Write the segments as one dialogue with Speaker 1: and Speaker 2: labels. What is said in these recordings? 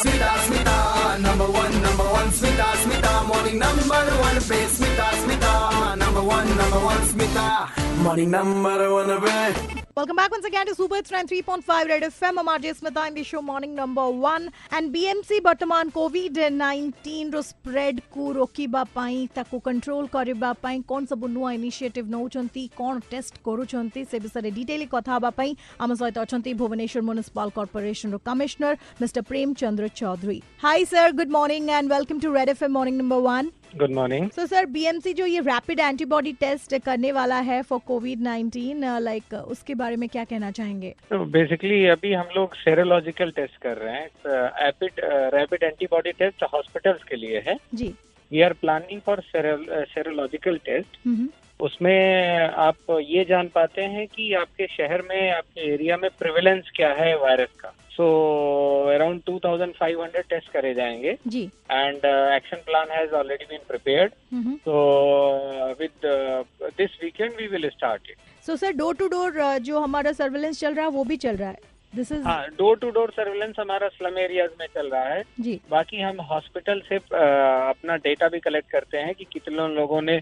Speaker 1: Smita, Smita, number one, number one, Smita, Smita, morning number one, पे Smita, Smita, number one, number one, Smita, morning number one, पे
Speaker 2: Welcome back once again to Super Hits 93.5 Red FM. I'm RJ Smita. I'm the show morning number one. And BMC ବର୍ତ୍ତମାନ କୋଭିଡ୍-19 ର ସ୍ପ୍ରେଡ୍କୁ ରୋକିବା ପାଇଁ ତାକୁ control କରିବା ପାଇଁ କ'ଣ ସବୁ ନୂଆ ଇନିସିଏଟିଭ୍ ନେଉଛନ୍ତି କ'ଣ ଟେଷ୍ଟ କରୁଛନ୍ତି ସେ ବିଷୟରେ ଡିଟେଲି କଥା ହେବା ପାଇଁ ଆମ ସହିତ ଅଛନ୍ତି ଭୁବନେଶ୍ୱର ମ୍ୟୁନିସିପାଲ କର୍ପୋରେସନର commissioner mister Premchandra Choudhury hi sir good morning and welcome to red F M morning number one
Speaker 3: good morning
Speaker 2: so sir BMC जो ये रैपिड एंटीबॉडी टेस्ट करने वाला है फॉर कोविड 19 लाइक uh, उसके बारे में क्या कहना चाहेंगे
Speaker 3: तो बेसिकली अभी हम लोग सेरोलॉजिकल टेस्ट कर रहे हैं uh, rapid rapid antibody test hospitals के लिए है
Speaker 2: जी
Speaker 3: we are planning for serological test
Speaker 2: hmm
Speaker 3: uh, उसमें आप ये जान पाते हैं कि आपके शहर में आपके एरिया में प्रिवेलेंस क्या है वायरस का सो अराउंड 2500 टेस्ट करे जाएंगे uh,
Speaker 2: जी
Speaker 3: and action plan has already been prepared
Speaker 2: hmm
Speaker 3: so with this weekend we will start it
Speaker 2: so sir door to door uh, जो हमारा सर्वेलेंस चल रहा है वो भी चल रहा है दिस इज
Speaker 3: हाँ डोर टू डोर सर्वेलेंस हमारा स्लम एरियाज में चल रहा है
Speaker 2: जी
Speaker 3: बाकी हम हॉस्पिटल से अ, अपना डेटा भी कलेक्ट करते हैं कि कितने लोगों ने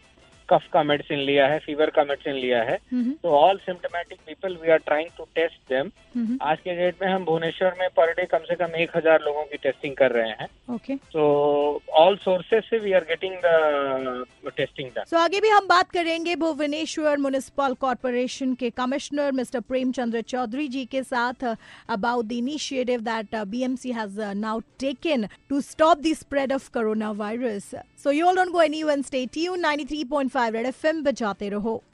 Speaker 3: कफ का मेडिसिन लिया है फीवर का मेडिसिन लिया है
Speaker 2: हम्म
Speaker 3: तो all symptomatic people we are trying to test them
Speaker 2: हम्म
Speaker 3: आज के डेट में हम भुवनेश्वर में पर डे कम से कम एक हजार लोगों की टेस्टिंग कर रहे हैं
Speaker 2: ओके
Speaker 3: तो ऑल सोर्सेज से we are getting the testing done
Speaker 2: so आगे भी हम बात करेंगे भुवनेश्वर म्युनिसिपल कॉरपोरेशन के कमिश्नर मिस्टर प्रेमचंद्र चौधरी जी के साथ about the initiative that BMC has now taken to stop the spread of corona virus so you all don't go anywhere stay tune 93.5 red FM बजाते रहो